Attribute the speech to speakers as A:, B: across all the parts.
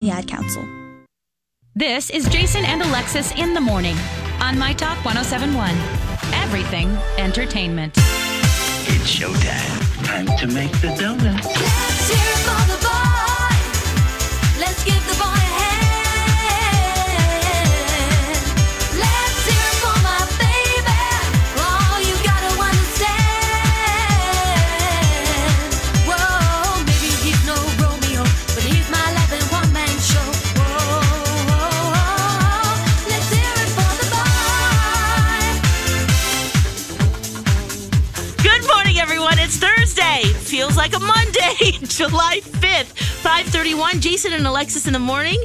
A: the ad council.
B: This is Jason and Alexis in the morning on My Talk 1071. Everything entertainment.
C: It's showtime. Time to make the donuts.
D: Let's cheer for the boy. Let's give the boy a hand. Let's cheer for my baby. All you gotta understand. Whoa, maybe he's no Romeo, but he's my love and one man show. Whoa, let's hear it for the boy.
E: Good morning, everyone. It's Thursday. Feels like a Monday, July 5th, 531. Jason and Alexis in the morning.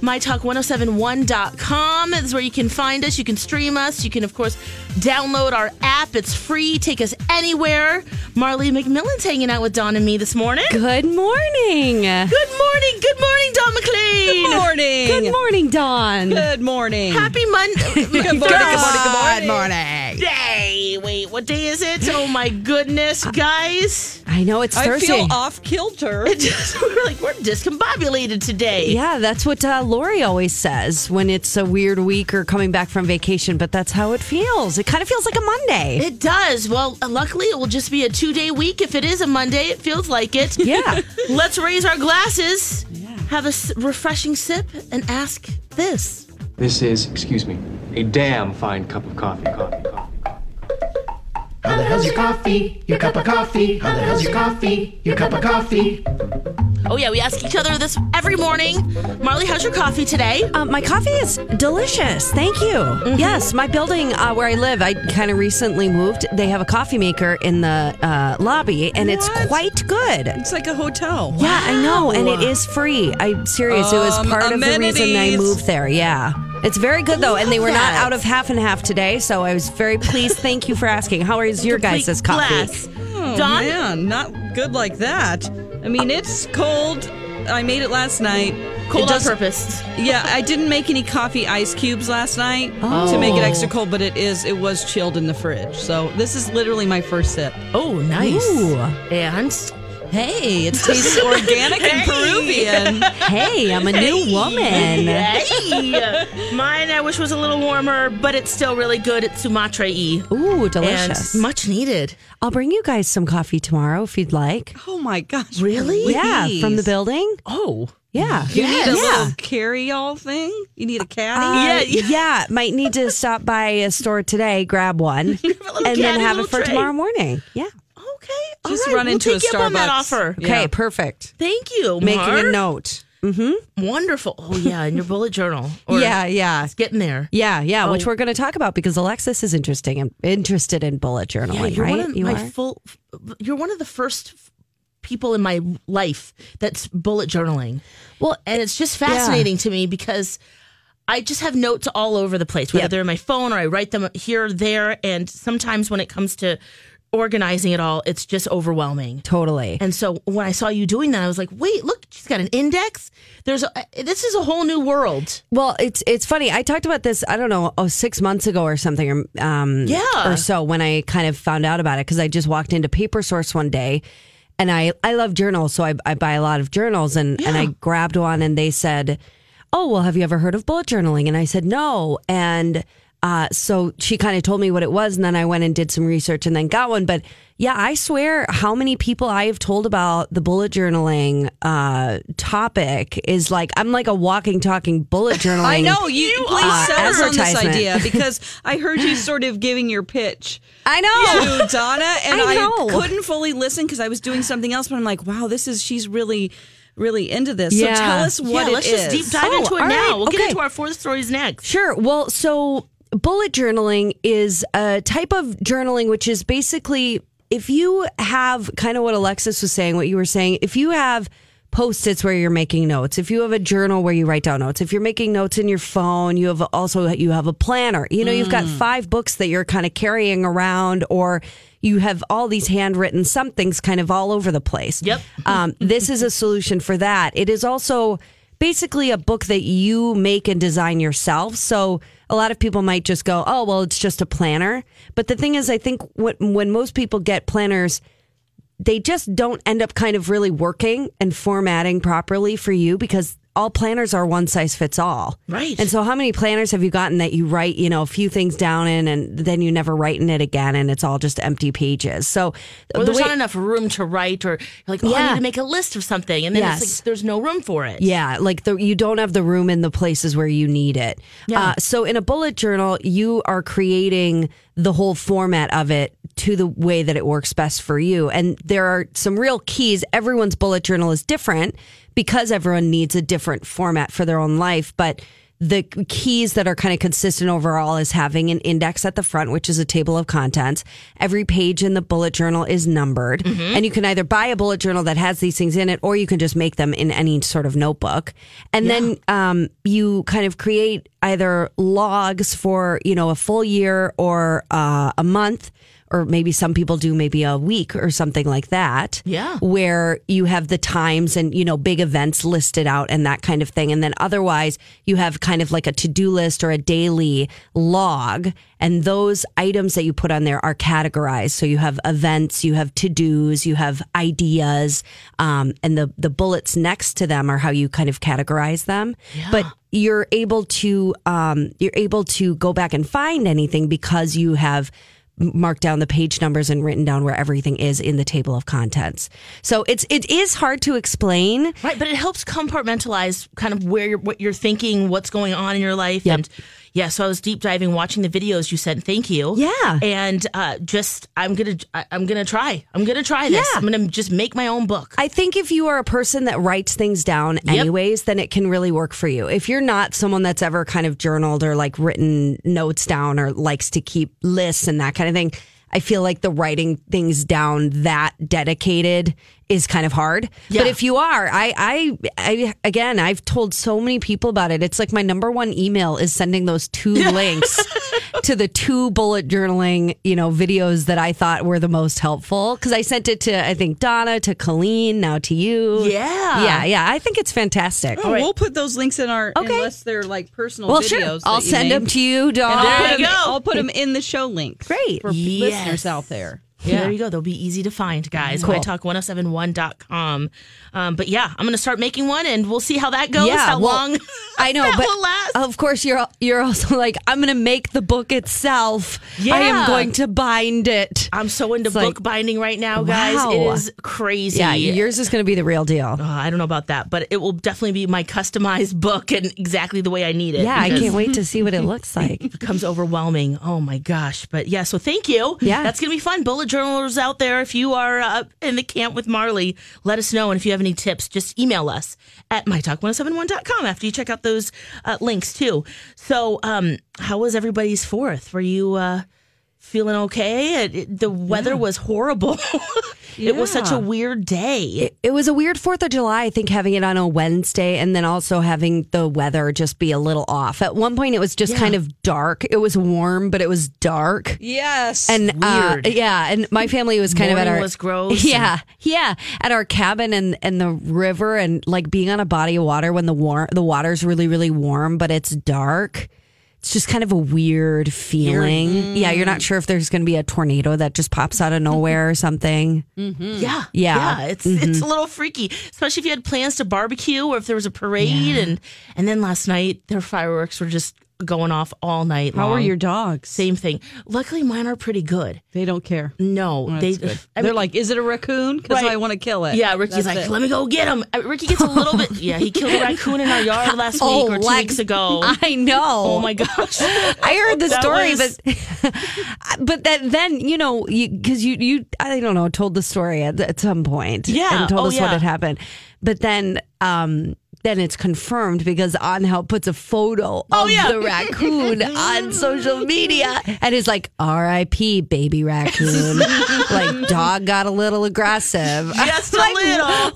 E: MyTalk1071.com is where you can find us. You can stream us. You can, of course, download our app. It's free. Take us anywhere. Marley McMillan's hanging out with Dawn and me this morning. Good
F: Good morning. Good
E: morning. Good morning, Dawn McLean.
G: Good morning.
F: Good morning, Dawn.
G: Good morning.
E: Happy Monday.
G: Good morning. Good morning.
E: Day. Wait, what day is it? Oh, my goodness, guys.
F: I know it's
G: I
F: Thursday.
G: feel off kilter.
E: It just, we're like, we're discombobulated today.
F: Yeah, that's what uh, Lori always says when it's a weird week or coming back from vacation, but that's how it feels. It kind of feels like a Monday.
E: It does. Well, uh, luckily, it will just be a two day week. If it is a Monday, it feels like it.
F: yeah.
E: Let's raise our glasses, have a s- refreshing sip, and ask this.
H: This is, excuse me, a damn fine cup of coffee. Coffee, coffee, coffee. How the hell's your coffee? Your cup of coffee? How the hell's your coffee? Your cup of coffee?
E: Oh, yeah, we ask each other this every morning. Marley, how's your coffee today?
F: Um, my coffee is delicious. Thank you.
G: Mm-hmm.
F: Yes, my building uh, where I live, I kind of recently moved. They have a coffee maker in the uh, lobby, and it's
G: What?
F: quite good.
G: It's like a
E: Oh,
G: hotel.
F: Yeah, I know, and it is free. I'm serious. it was
G: Um,
F: part of the reason I
G: amenities.
F: moved there. Yeah. It's very good though, and they were not out of half and half today, so I was very pleased. Thank you for asking. How is your
E: Complete
F: guys' coffee?
E: Glass.
G: Oh,
E: Dawn?
G: man, not good like that. I mean, it's cold. I made it last night.
E: Cold on
G: It does-
E: purpose.
G: Yeah, I didn't make any coffee ice cubes last night
F: Oh,
G: to make it extra cold, but it is it was chilled in the fridge. So this is literally my first sip.
E: Oh, nice.
F: Ooh.
E: And
G: Hey, it tastes organic and Peruvian.
F: Hey, I'm a new woman.
E: Hey. mine I wish was a little warmer, but it's still really good. It's Sumatra y
F: Ooh,
E: and
F: delicious.
E: much needed.
F: I'll bring you guys some coffee tomorw if you'd like.
G: Oh my gosh!
E: Really?
F: Yeah, from the
G: please.
F: building.
E: Oh,
F: Yeah.
G: You need
F: yeah.
G: a little carry-all thing. You need a caddy.
F: Uh,
E: yeah.
F: yeah, Might need to stop by a store today, grab one,
E: little
F: and then
E: caddy,
F: have
E: little
F: it for
E: tray.
F: tomorrow morning. Yeah.
E: okay. All
G: Just
E: right,
G: run
E: we'll
G: into
E: take
G: a
E: you up on that
G: Starbucks.
E: offer.
F: Okay,
G: Yeah.
F: perfect.
E: Thank you.
F: Making
E: Mar.
F: a note.
E: Wonderful. Oh yeah, in your bullet journal. Or
F: Yeah, yeah.
E: it's getting there.
F: Yeah, yeah, which
E: Oh.
F: we're going to talk about because Alexis is interesting and interested in bullet journaling,
E: Yeah, you're
F: right?
E: one of
F: you
E: my
F: are.
E: full. You're one of the first f- people in my life that's bullet journaling.
F: Well,
E: and it's just fascinating to me because I just have notes all over the place, whether
F: Yep.
E: they're in my phone or I write them here or there. And sometimes when it comes to organizing it all, it's just overwhelming.
F: totally.
E: And so when I saw you doing that, I was like, "Wait, look, she's got an index. There's a, this is a whole new world."
F: Well, it's it's funny. I talked about this. I don't know, oh, six months ago or something, or um,
E: Yeah.
F: or so when I kind of found out about it because I just walked into Paper Source one day, and I I love journals, so I I buy a lot of journals, and and I grabbed one, and they said, "Oh, well, have you ever heard of bullet journaling?" And I said, "No," and Uh, so she kind of told me what it was, and then I went and did some research and then got one. But yeah, I swear how many people I have told about the bullet journaling uh, topic is like, I'm like a walking, talking bullet journaling.
G: I know you. please
F: uh,
G: sell us on this
F: advertisement.
G: idea because I heard you sort of giving your pitch.
F: I know.
G: to Donna, and
F: I
G: I,
F: know.
G: couldn't fully listen because I was doing something else. But I'm like, wow, this is she's really, really into this.
F: Yeah.
G: So tell us what
E: yeah,
G: it
E: let's
G: is.
E: just deep dive
F: Oh,
E: into it
F: all
E: now.
F: right,
E: We'll get
F: okay.
E: into our four stories next.
F: Sure. Well, so bullet journaling is a type of journaling which is basically if you have kind of what Alexis was saying, what you were saying, if you have post its where you're making notes, if you have a journal where you write down notes, if you're making notes in your phone, you have also you have a planner. You know, you've got
G: Mm.
F: five books that you're kind of carrying around or you have all these handwritten somethings kind of all over the place.
E: Yep.
F: um, this is a solution for that. It is also basically a book that you make and design yourself. So a lot of people might just go, "Oh, well, it's just a planner." But the thing is, I think what, when most people get planners, they just don't end up kind of really working and formatting properly for you because all planners are one size fits all.
E: Right.
F: And so how many planners have you gotten that you write, you know, a few things down in and then you never write in it again and it's all just empty pages. So
E: Or
F: the
E: there's
F: way-
E: not enough room to write, or you're like, oh, I
F: Yeah.
E: need to make a list of something, and then it's
F: Yes.
E: like there's no room for it.
F: Yeah, like the you don't have the room in the places where you need it. Uh, so in a bullet journal, you are creating the whole format of it to the way that it works best for you. And there are some real keys. Everyone's bullet journal is different because everyone needs a different format for their own life, but the keys that are kind of consistent overall is having an index at the front, which is a table of contents. Every page in the bullet journal is numbered, and you can either buy a bullet journal that has these things in it, or you can just make them in any sort of notebook. And then um, you kind of create either logs for you know a full year or uh, a month. Or maybe some people do maybe a week or something like that.
E: Yeah.
F: Where you have the times and, you know, big events listed out and that kind of thing. And then otherwise, you have kind of like a to do list or a daily log. And those items that you put on there are categorized. So you have events, you have to dos, you have ideas. Um, and the, the bullets next to them are how you kind of categorize them. But you're able to um, you're able to go back and find anything because you have marked down the page numbers and written down where everything is in the table of contents. So it's it is hard to explain.
E: Right, but it helps compartmentalize kind of where you're, what you're thinking, what's going on in your life, and yeah. So I was deep diving, watching the videos you sent. Thank you.
F: Yeah.
E: and uh, just I'm gonna I, I'm gonna try. I'm gonna try this.
F: Yeah.
E: I'm gonna just make my own book.
F: I think if you are a person that writes things down anyways, then it can really work for you. If you're not someone that's ever kind of journaled or like written notes down or likes to keep lists and that kind of thing, I feel like the writing things down that dedicated is kind of hard. But if you are, I, I, I, again, I've told so many people about it. It's like my number one email is sending those two links to the two bullet journaling, you know, videos that I thought were the most helpful. Cause I sent it to, I think, Donna, to Colleen, now to you.
E: Yeah.
F: Yeah. Yeah. I think it's fantastic.
G: Oh, We'll put those links in our
F: Okay.
G: unless they're like personal
F: Well,
G: videos.
F: sure.
G: that
F: I'll
G: you
F: send
G: made.
F: them to you, Donna.
G: I'll
E: There
G: put
E: you
G: 'em-
E: go.
G: I'll put them in the show links.
F: Great.
G: for
E: Yes.
G: listeners out there.
E: There you go. They'll be easy to find, guys. MyTalk1071.com. Um, but yeah, I'm going to start making one and we'll see how that goes. how
F: well,
E: long
F: I know,
E: that
F: but
E: will last.
F: of course you're you're also like I'm going to make the book itself. I
E: Yeah.
F: am going to bind it.
E: I'm so into
F: It's like-
E: book binding right now, guys.
F: Wow.
E: It is crazy.
F: yeah, yours is going to be the real deal.
E: Uh, I don't know about that, but it will definitely be my customized book and exactly the way I need it.
F: Yeah, I
E: because
F: can't wait to see what it looks like.
E: It becomes overwhelming. Oh my gosh. But yeah, so thank you.
F: Yeah.
E: That's going to be fun. Bullet journalers out there, if you are up in the camp with Marley, let us know. And if you have any tips, just email us at mytalk1071.com after you check out those uh, links too. So, um, how was everybody's fourth? Were you, uh, Feeling okay? It- it- the weather was horrible. It was such a weird day.
F: It was a weird 4th of July, I think, having it on a Wednesday and then also having the weather just be a little off. At one point, it was just kind of dark. It was warm, but it was dark.
G: Yes.
F: and uh,
E: Weird.
F: yeah, and my family was kind of at
E: Morning
F: our
E: was gross
F: Yeah, yeah, at our cabin and and the river and like being on a body of water when the war the water's really really warm but it's dark. It's just kind of a weird feeling. Yeah, you're
E: mm.
F: not sure if there's going to be a tornado that just pops out of nowhere or something.
G: Mm.
E: Yeah,
F: Yeah.
E: It's
G: Mm-hmm.
E: it's a little freaky, especially if you had plans to barbecue or if there was a parade. And and then last night their fireworks were just going off all night
G: How
E: long.
G: are your dogs?
E: Same thing. Luckily, mine are pretty good.
G: They don't care. Oh,
E: No, they.
G: That's good.
E: I
G: They're
E: mean-
G: like, is it a raccoon? Because
E: Right.
G: I want to kill it.
E: Yeah, Ricky's
G: That's
E: like,
G: it.
E: let me go get him. Uh, Ricky gets a little bit. Yeah, he killed a raccoon in our yard last week
G: Oh,
E: or two
F: Lex,
E: weeks ago.
F: I know.
E: oh my gosh!
F: I heard the
E: That
F: story,
E: was-
F: but but that then you know because you, you I don't know told the story at, at some point,
E: Yeah.
F: and told
E: Oh,
F: us
E: yeah.
F: what had happened. But then um then it's confirmed because Angel puts a photo of
E: Oh, yeah.
F: the raccoon on social media and is like R.I.P. baby raccoon. like dog got a little aggressive,
E: Just a
F: Like,
E: little.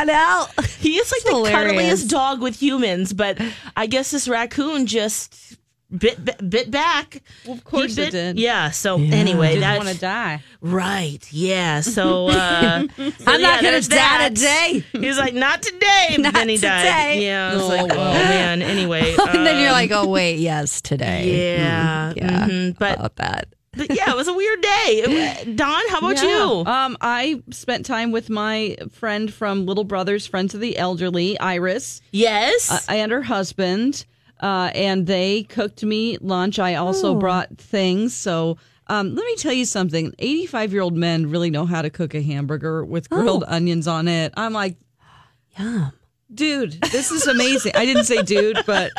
F: Angel.
E: He is like the
F: Hilarious.
E: cuddliest dog with humans, but I guess this raccoon just bit bit, bit back.
G: Of course
E: He
G: it did.
E: Yeah. So anyway,
G: Didn't want
E: that's
G: to die.
E: right. Yeah. So, uh, so
F: I'm
E: yeah,
F: not gonna
E: there's
F: die
E: that.
F: today.
E: He's like, not today. But
F: Not
E: then he died.
F: today.
E: Yeah. I was like, oh man. Anyway.
F: and then you're
E: um,
F: like, oh wait, yes, today.
E: yeah.
F: yeah.
G: Mm-hmm,
E: mhm, But,
F: About that.
E: but yeah, it was a weird day. It- Don, how about you?
G: Um, I spent time with my friend from Little Brothers, Friends of the Elderly, Iris,
E: Yes.
G: uh, and her husband, uh, and they cooked me lunch. I also brought things. So um, let me tell you something 85 year old men really know how to cook a hamburger with grilled onions on it. I'm like,
F: Oh. Yum.
G: dude, this is amazing. I didn't say dude, but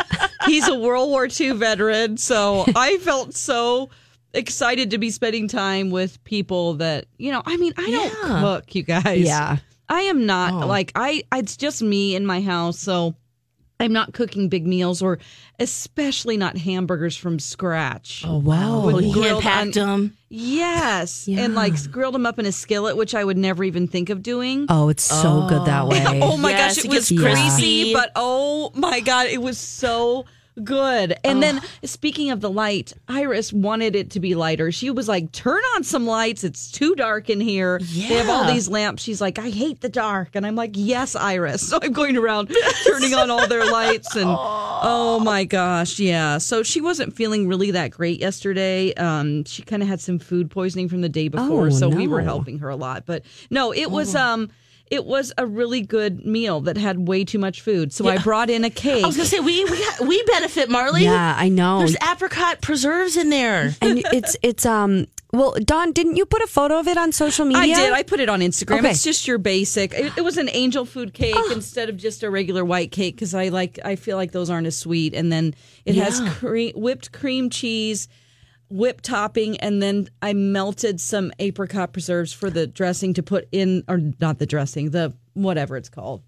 G: he's a World War II veteran. So I felt so excited to be spending time with people that, you know, I mean, I don't cook, you guys. Oh.
F: Yeah.
G: I am not like I it's just me in my house, so I'm not cooking big meals or especially not hamburgers from scratch.
F: Oh wow.
G: With
E: he
G: grilled
E: unpacked
G: on-
E: him.
G: Yes. And like grilled them up in a skillet, which I would never even think of doing.
F: Oh, it's so good that way.
G: Oh my
E: Yes,
G: gosh, it,
E: it
G: was
E: gets
G: greasy,
E: crispy.
G: but oh my god, it was so good. And then speaking of the light, Iris wanted it to be lighter. She was like, "Turn on some lights. It's too dark in here. They have all
E: Yeah.
G: these lamps." She's like, "I hate the dark." And I'm like, "Yes, Iris." So I'm going around turning on all their lights and oh my gosh, yeah. So she wasn't feeling really that great yesterday. Um she kind of had some food poisoning from the day before,
F: Oh,
G: so we were
F: no.
G: helping helping her a lot. But no, it was um it was a really good meal that had way too much food. So I brought in a cake.
E: I was gonna say we we ha- we benefit Marley.
F: Yeah, I know.
E: There's apricot preserves in there.
F: and it's it's um well, Don, didn't you put a photo of it on social media?
G: I did. I put it on Instagram.
F: Okay.
G: It's just your basic. It, it was an angel food cake instead of just a regular white cake because I like. I feel like those aren't as sweet. And then it has cre- whipped cream cheese, whipped topping, and then I melted some apricot preserves for the dressing to put in, or not the dressing, the whatever it's called.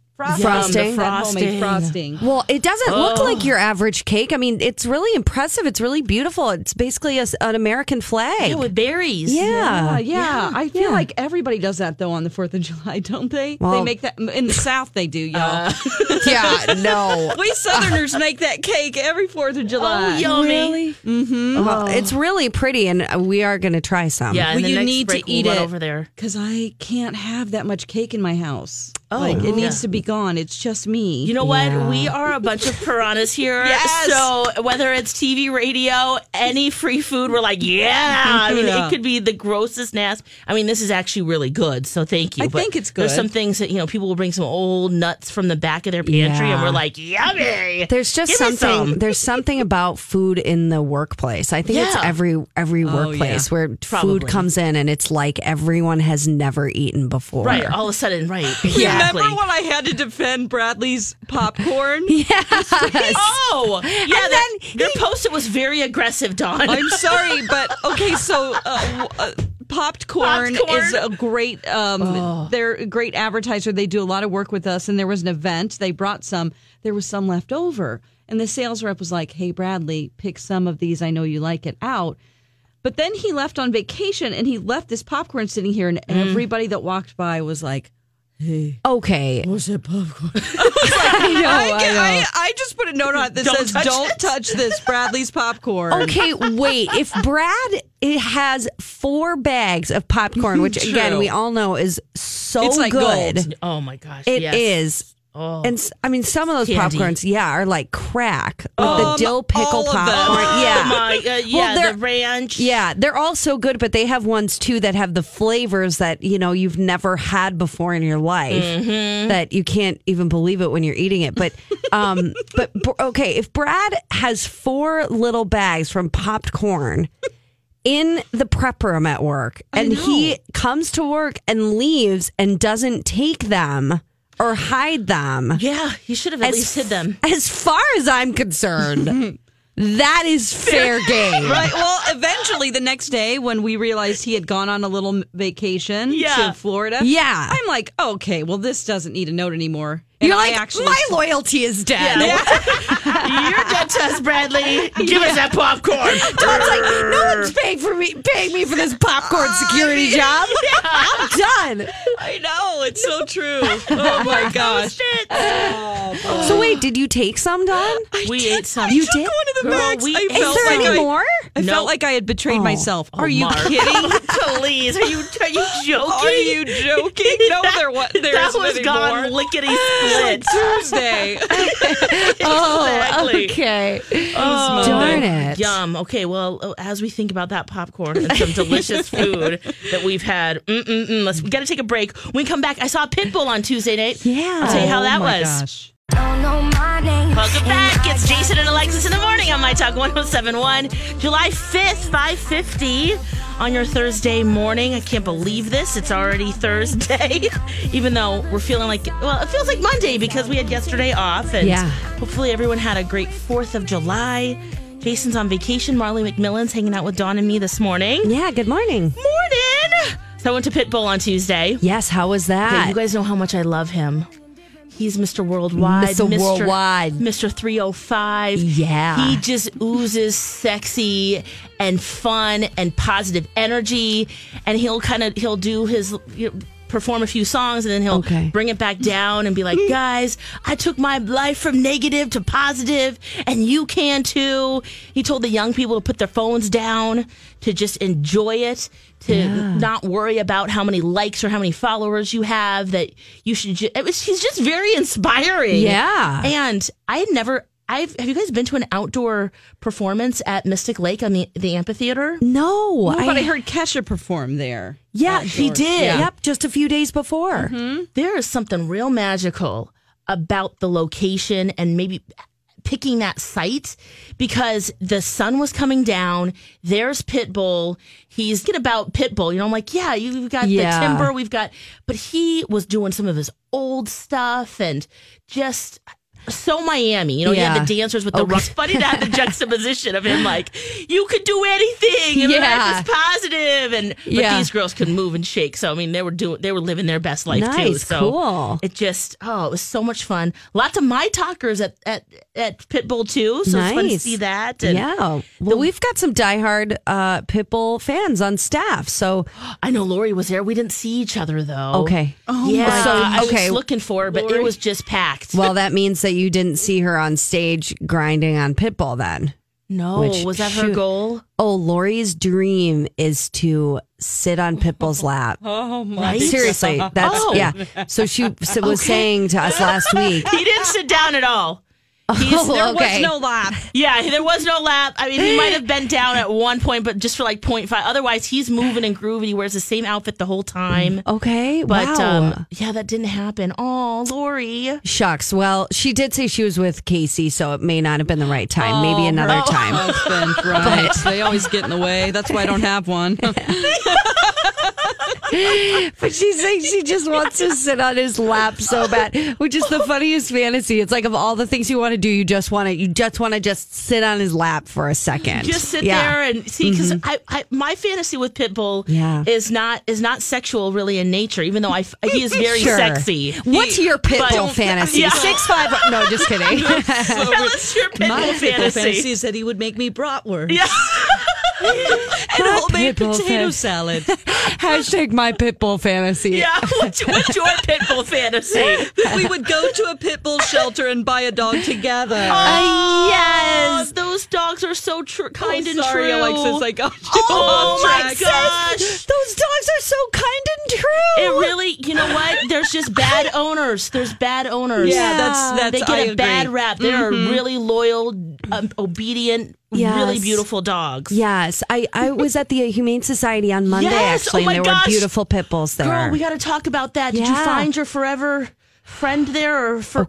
F: Frosting.
G: Frosting. The homemade frosting.
F: well, it doesn't
G: Oh.
F: look like your average cake. I mean, it's really impressive. It's really beautiful. It's basically a s an American flag.
E: Yeah, with berries.
F: yeah.
G: Yeah, yeah. I feel like everybody does that though on the Fourth of July, don't they?
F: Well-
G: they make that in the South. They do, y'all.
F: Yeah, no.
G: we Southerners make that cake every Fourth of July.
E: Oh, yummy.
F: Mm,
G: Oh.
F: Well, it's really pretty, and uh, we are going to try some.
E: Yeah, and
G: Well,
E: the
G: you
E: next
G: need to
E: break we'll
G: eat
E: run
G: it. Oh,
E: over there.
G: Because I can't have that much cake in my house. Oh, like, it needs to be gone. It's just me.
E: You know what? We are a bunch of piranhas here.
G: Yes.
E: So whether it's TV, radio, any free food, we're like, yeah. I mean,
G: Yeah.
E: it could be the grossest nasty. I mean, this is actually really good. So thank you.
G: I
E: But
G: think it's
E: There's
G: good.
E: some things that you know people will bring some old nuts from the back of their pantry,
F: Yeah.
E: and we're like, yummy.
F: There's just
E: Give me
F: something.
E: some.
F: There's something about food in the workplace. I think it's
E: Yeah.
F: every every
G: Oh,
F: workplace where
E: Probably.
F: food comes in, and it's like everyone has never eaten before.
E: Right. All of a sudden, right. Exactly.
G: Remember when I had to defend Bradley's popcorn?
E: Oh, yeah. that,
F: then
E: your post-it was very aggressive, Don.
G: I'm sorry, but okay. So, uh, uh, popped corn
E: Popcorn.
G: is a great. Um, They're a great advertiser. They do a lot of work with us, and there was an event. They brought some. There was some left over, and the sales rep was like, "Hey, Bradley, pick some of these. I know you like it out." But then he left on vacation, and he left this popcorn sitting here, and
F: Hmm.
G: everybody that walked by was like.
F: Okay.
G: I, know, I, I, just put a note on it that
E: Don't
G: says,
E: touch
G: "Don't
E: it."
G: touch this, Bradley's popcorn."
F: Okay, wait. If Brad it has four bags of popcorn, which again
G: True.
F: we all know is so
G: It's like
F: good,
G: gold.
E: Oh my gosh.
F: It is
E: yes.
F: And s- I mean, some of those
E: Candy.
F: popcorns, yeah, are like crack. Like the
G: Um,
F: dill pickle
E: all of them.
F: popcorn. Yeah.
E: My, uh, yeah,
F: they're-
E: the ranch.
F: Yeah, they're all so good, but they have ones too that have the flavors that you know you've never had before in your life that you can't even believe it when you're eating it. But, um, but Br- okay, if Brad has four little bags from popped corn in the prep room at work, and he comes to work and leaves and doesn't take them or hide them,
E: Yeah, you should have at least hid them.
F: as far as I'm concerned, that is fair game.
G: Right. Well, eventually the next day when we realized he had gone on a little vacation
E: Yeah.
G: to Florida.
F: Yeah.
G: I'm like, okay, well, this doesn't need a note anymore. And
F: You're
G: I
F: like,
G: actually
F: my loyalty is dead.
E: You're dead to us, Bradley. Give us that popcorn.
F: Tom's like, no one's paying for me, paying me for this popcorn security job. I'm done.
G: I know. It's so true. Oh, my gosh.
F: Uh, So wait, did you take some, Don?
E: we ate some.
F: You did.
G: One of the
E: Girl,
G: bags.
E: we
G: I
E: ate
F: Is
G: felt
F: there
G: like
F: any
G: I,
F: more? Oh,
G: I
E: No.
G: felt like I had betrayed myself. Are you
E: Mark.
G: kidding?
E: Please, are you are you joking?
G: Are you joking? No, there wa- there
E: that
G: isn't
E: was
G: any
E: gone
G: more.
E: lickety split.
G: Tuesday.
E: exactly.
F: Oh, Okay.
E: Oh,
F: Darn it.
E: Yum. Okay, well, oh, as we think about that popcorn and some delicious food that we've had, mm-mm-mm, let's we got to take a break. When we come back, I saw Pitbull on Tuesday night.
F: Yeah. Oh
E: I'll tell you how that was.
D: Don't know my name.
E: Welcome back. It's Jason and Alexis in the morning on My Talk 1071, July 5th, 550 on your Thursday morning. I can't believe this. It's already Thursday, even though we're feeling like, well, it feels like Monday because we had yesterday off. And
F: Yeah.
E: hopefully everyone had a great 4th of July. Jason's on vacation. Marley McMillan's hanging out with Dawn and me this morning.
F: Yeah. Good morning.
E: Morning. So I went to Pitbull on Tuesday.
F: Yes. How was
E: Yeah,
F: that?
E: you guys know how much I love him. He's Mr. Worldwide.
F: Mr. Worldwide.
E: Mr. 305.
F: Yeah.
E: He just oozes sexy and fun and positive energy. And he'll kind of, he'll do his, you know, perform a few songs and then he'll
F: Okay.
E: bring it back down and be like, guys, I took my life from negative to positive and you can too. He told the young people to put their phones down, to just enjoy it, to not worry about how many likes or how many followers you have, that you should just, it was, he's just very inspiring.
F: Yeah.
E: And I had never, I've, have you guys been to an outdoor performance at Mystic Lake on the, the amphitheater?
F: no.
G: but I heard Kesha perform there.
F: Yeah, Mm-hmm. he
G: Outdoors.
F: did.
G: Yeah.
F: Yep. Just a few days before.
E: there is something real magical about the location and maybe picking that site because the sun was coming down. There's Pitbull. He's get about Pitbull. You know, I'm like, yeah, you- you've got
F: Yeah.
E: the timber, we've got, but he was doing some of his old stuff and just. So Miami, you know, you
F: Yeah. Oh,
E: had the dancers with the
F: Okay.
E: rocks. Funny to have the juxtaposition of him, like you could do anything, and
F: Yeah.
E: life is positive, and but
F: Yeah.
E: these girls could move and shake. So I mean, they were doing, they were living their best life life, too.
F: Nice,
E: So
F: cool.
E: It just oh, it was so much fun. Lots of my talkers at at at Pitbull too. So it's fun to
F: Nice.
E: see that. And
F: yeah. Well, we've got some diehard uh, Pitbull fans on staff. So
E: I know Lori was there. We didn't see each other though.
F: okay.
E: yeah.
F: So,
E: Oh I
F: okay.
E: was looking for, her, but it was just packed.
F: Well, that means that you didn't see her on stage grinding on Pitbull then.
E: no,
F: which-
E: Oh, was that her
F: shoot.
E: goal?
F: Oh, Lori's dream is to sit on Pitbull's lap.
G: Oh my
E: Right?
F: Seriously, that's
E: Oh.
F: yeah. So she s- was saying to us last week.
E: He didn't sit down at all. He's,
F: Oh,
E: there was
F: okay.
G: There's no lap.
E: Yeah, there was no lap. I mean, he might have bent down at one point, but just for like 0.5. Otherwise, he's moving and grooving. He wears the same outfit the whole time.
F: Okay,
E: But
F: Oh, wow.
E: um, yeah, that didn't happen. Oh, Lori.
F: Shucks. Well, she did say she was with Casey, so it may not have been the right time.
G: Oh,
F: Maybe another time.
G: Husband, right. they always get in the way. That's why I don't have one.
F: But she's saying she just wants to sit on his lap so bad, which is the funniest fantasy. It's like of all the things you want to do, you just want to you just want to just sit on his lap for a second.
E: Just sit
F: Yeah. Mm-hmm.
E: there and see, because I, I, my fantasy with Pitbull
F: Yeah.
E: is not is not sexual really in nature, even though I, f- he is very
F: Sure.
E: sexy.
F: What's your
E: but-
F: pitbull fantasy?
E: Yeah.
F: Six five. No, just kidding.
E: Tell us your Pitbull
G: My
E: fantasy.
G: fantasy is that he would make me bratwurst.
E: Yeah.
F: My
E: homemade
F: pit bull
E: potato
F: fan-
E: salad.
F: Hashtag my pit bull fantasy.
E: Yeah, what's, what's your pit bull fantasy?
G: we would go to a pit bull shelter and buy a dog together.
E: Oh, yes, those dogs are so tr- kind
G: Oh,
E: and
G: sorry,
E: true.
G: Alexis, I got you
E: Oh
G: off
E: my
G: track.
E: gosh.
F: Those dogs are so kind and true.
E: It really, you know what? There's just bad owners. There's bad owners.
G: Yeah, that's- that's-
E: they get
G: I
E: a
G: agree.
E: bad rap. They are really loyal, um, obedient, really
F: Mm-hmm. Yes.
E: beautiful dogs.
F: Yes, I, I was at the Humane Society on Monday
E: Yes,
F: actually,
E: oh my
F: and there
E: gosh.
F: were beautiful pit bulls there.
E: Girl, we got to talk about that. Did you
F: Yeah.
E: find your forever friend there, or for?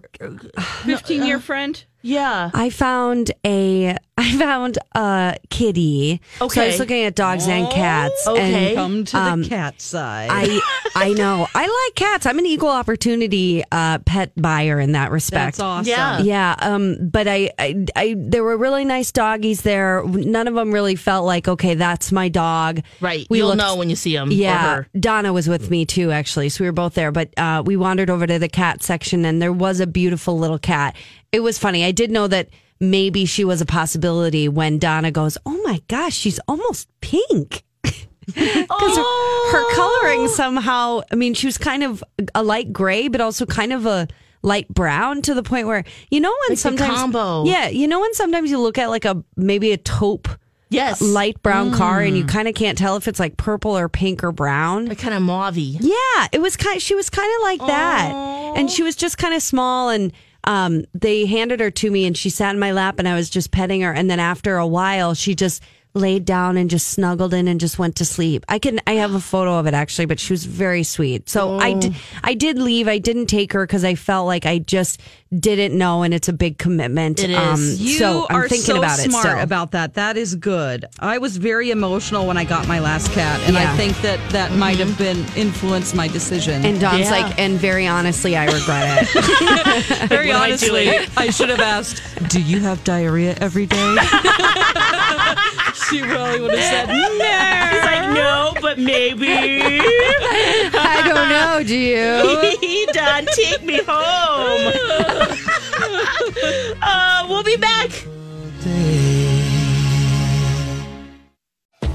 G: 15 year friend.
E: Yeah.
F: I found a I found a kitty. so I
E: Okay. Oh,
F: was looking at dogs and cats.
E: okay.
F: and
G: Come to
F: Um,
G: the cat side.
F: I I know I like cats. I'm an equal opportunity uh, pet buyer in that respect.
G: That's awesome.
E: Yeah.
F: Yeah, um, but I, I, I, there were really nice doggies there. None of them really felt like, okay, that's my dog.
E: Right.
F: We
E: You'll
F: looked-
E: know when you see him.
F: Yeah,
E: Or her.
F: Donna was with me too, actually. So we were both there, but uh, we wandered over to the cat section, and there was a beautiful little cat. It was funny. I did know that maybe she was a possibility when Donna goes, "Oh my gosh, she's almost pink." Because her coloring somehow, I mean, she was kind of a light gray, but also kind of a light brown to the point where, you know, when
E: Like the
F: sometimes.
E: combo.
F: Yeah, you know, when sometimes you look at like a maybe a taupe
E: Yes.
F: light brown car and you kind of can't tell if it's like purple or pink or brown.
E: Like kind of mauvey.
F: Yeah, it was kind. She was kind of like that, and she was just kind of small. And um, they handed her to me, and she sat in my lap, and I was just petting her. And then after a while, she just laid down and just snuggled in and just went to sleep. I can. I have a photo of it actually, but she was very sweet. So I did. I did leave. I didn't take her because I felt like I just didn't know, and it's a big commitment. um,
E: It is.
G: You
F: so I'm
G: are
F: thinking
G: so
F: about
G: smart
F: it. still.
G: about that. That is good. I was very emotional when I got my last cat, and I
F: Yeah.
G: think that that might have been influenced my decision.
F: and
E: Yeah.
F: Don's like, and very honestly, I regret it.
G: very
E: What I do
G: honestly,
E: it.
G: I should have asked, "Do you have diarrhea every day?" she probably would have said, "No."
E: He's like, no, but maybe.
F: I don't know. Do you?
E: Don, take me home. uh, we'll be back.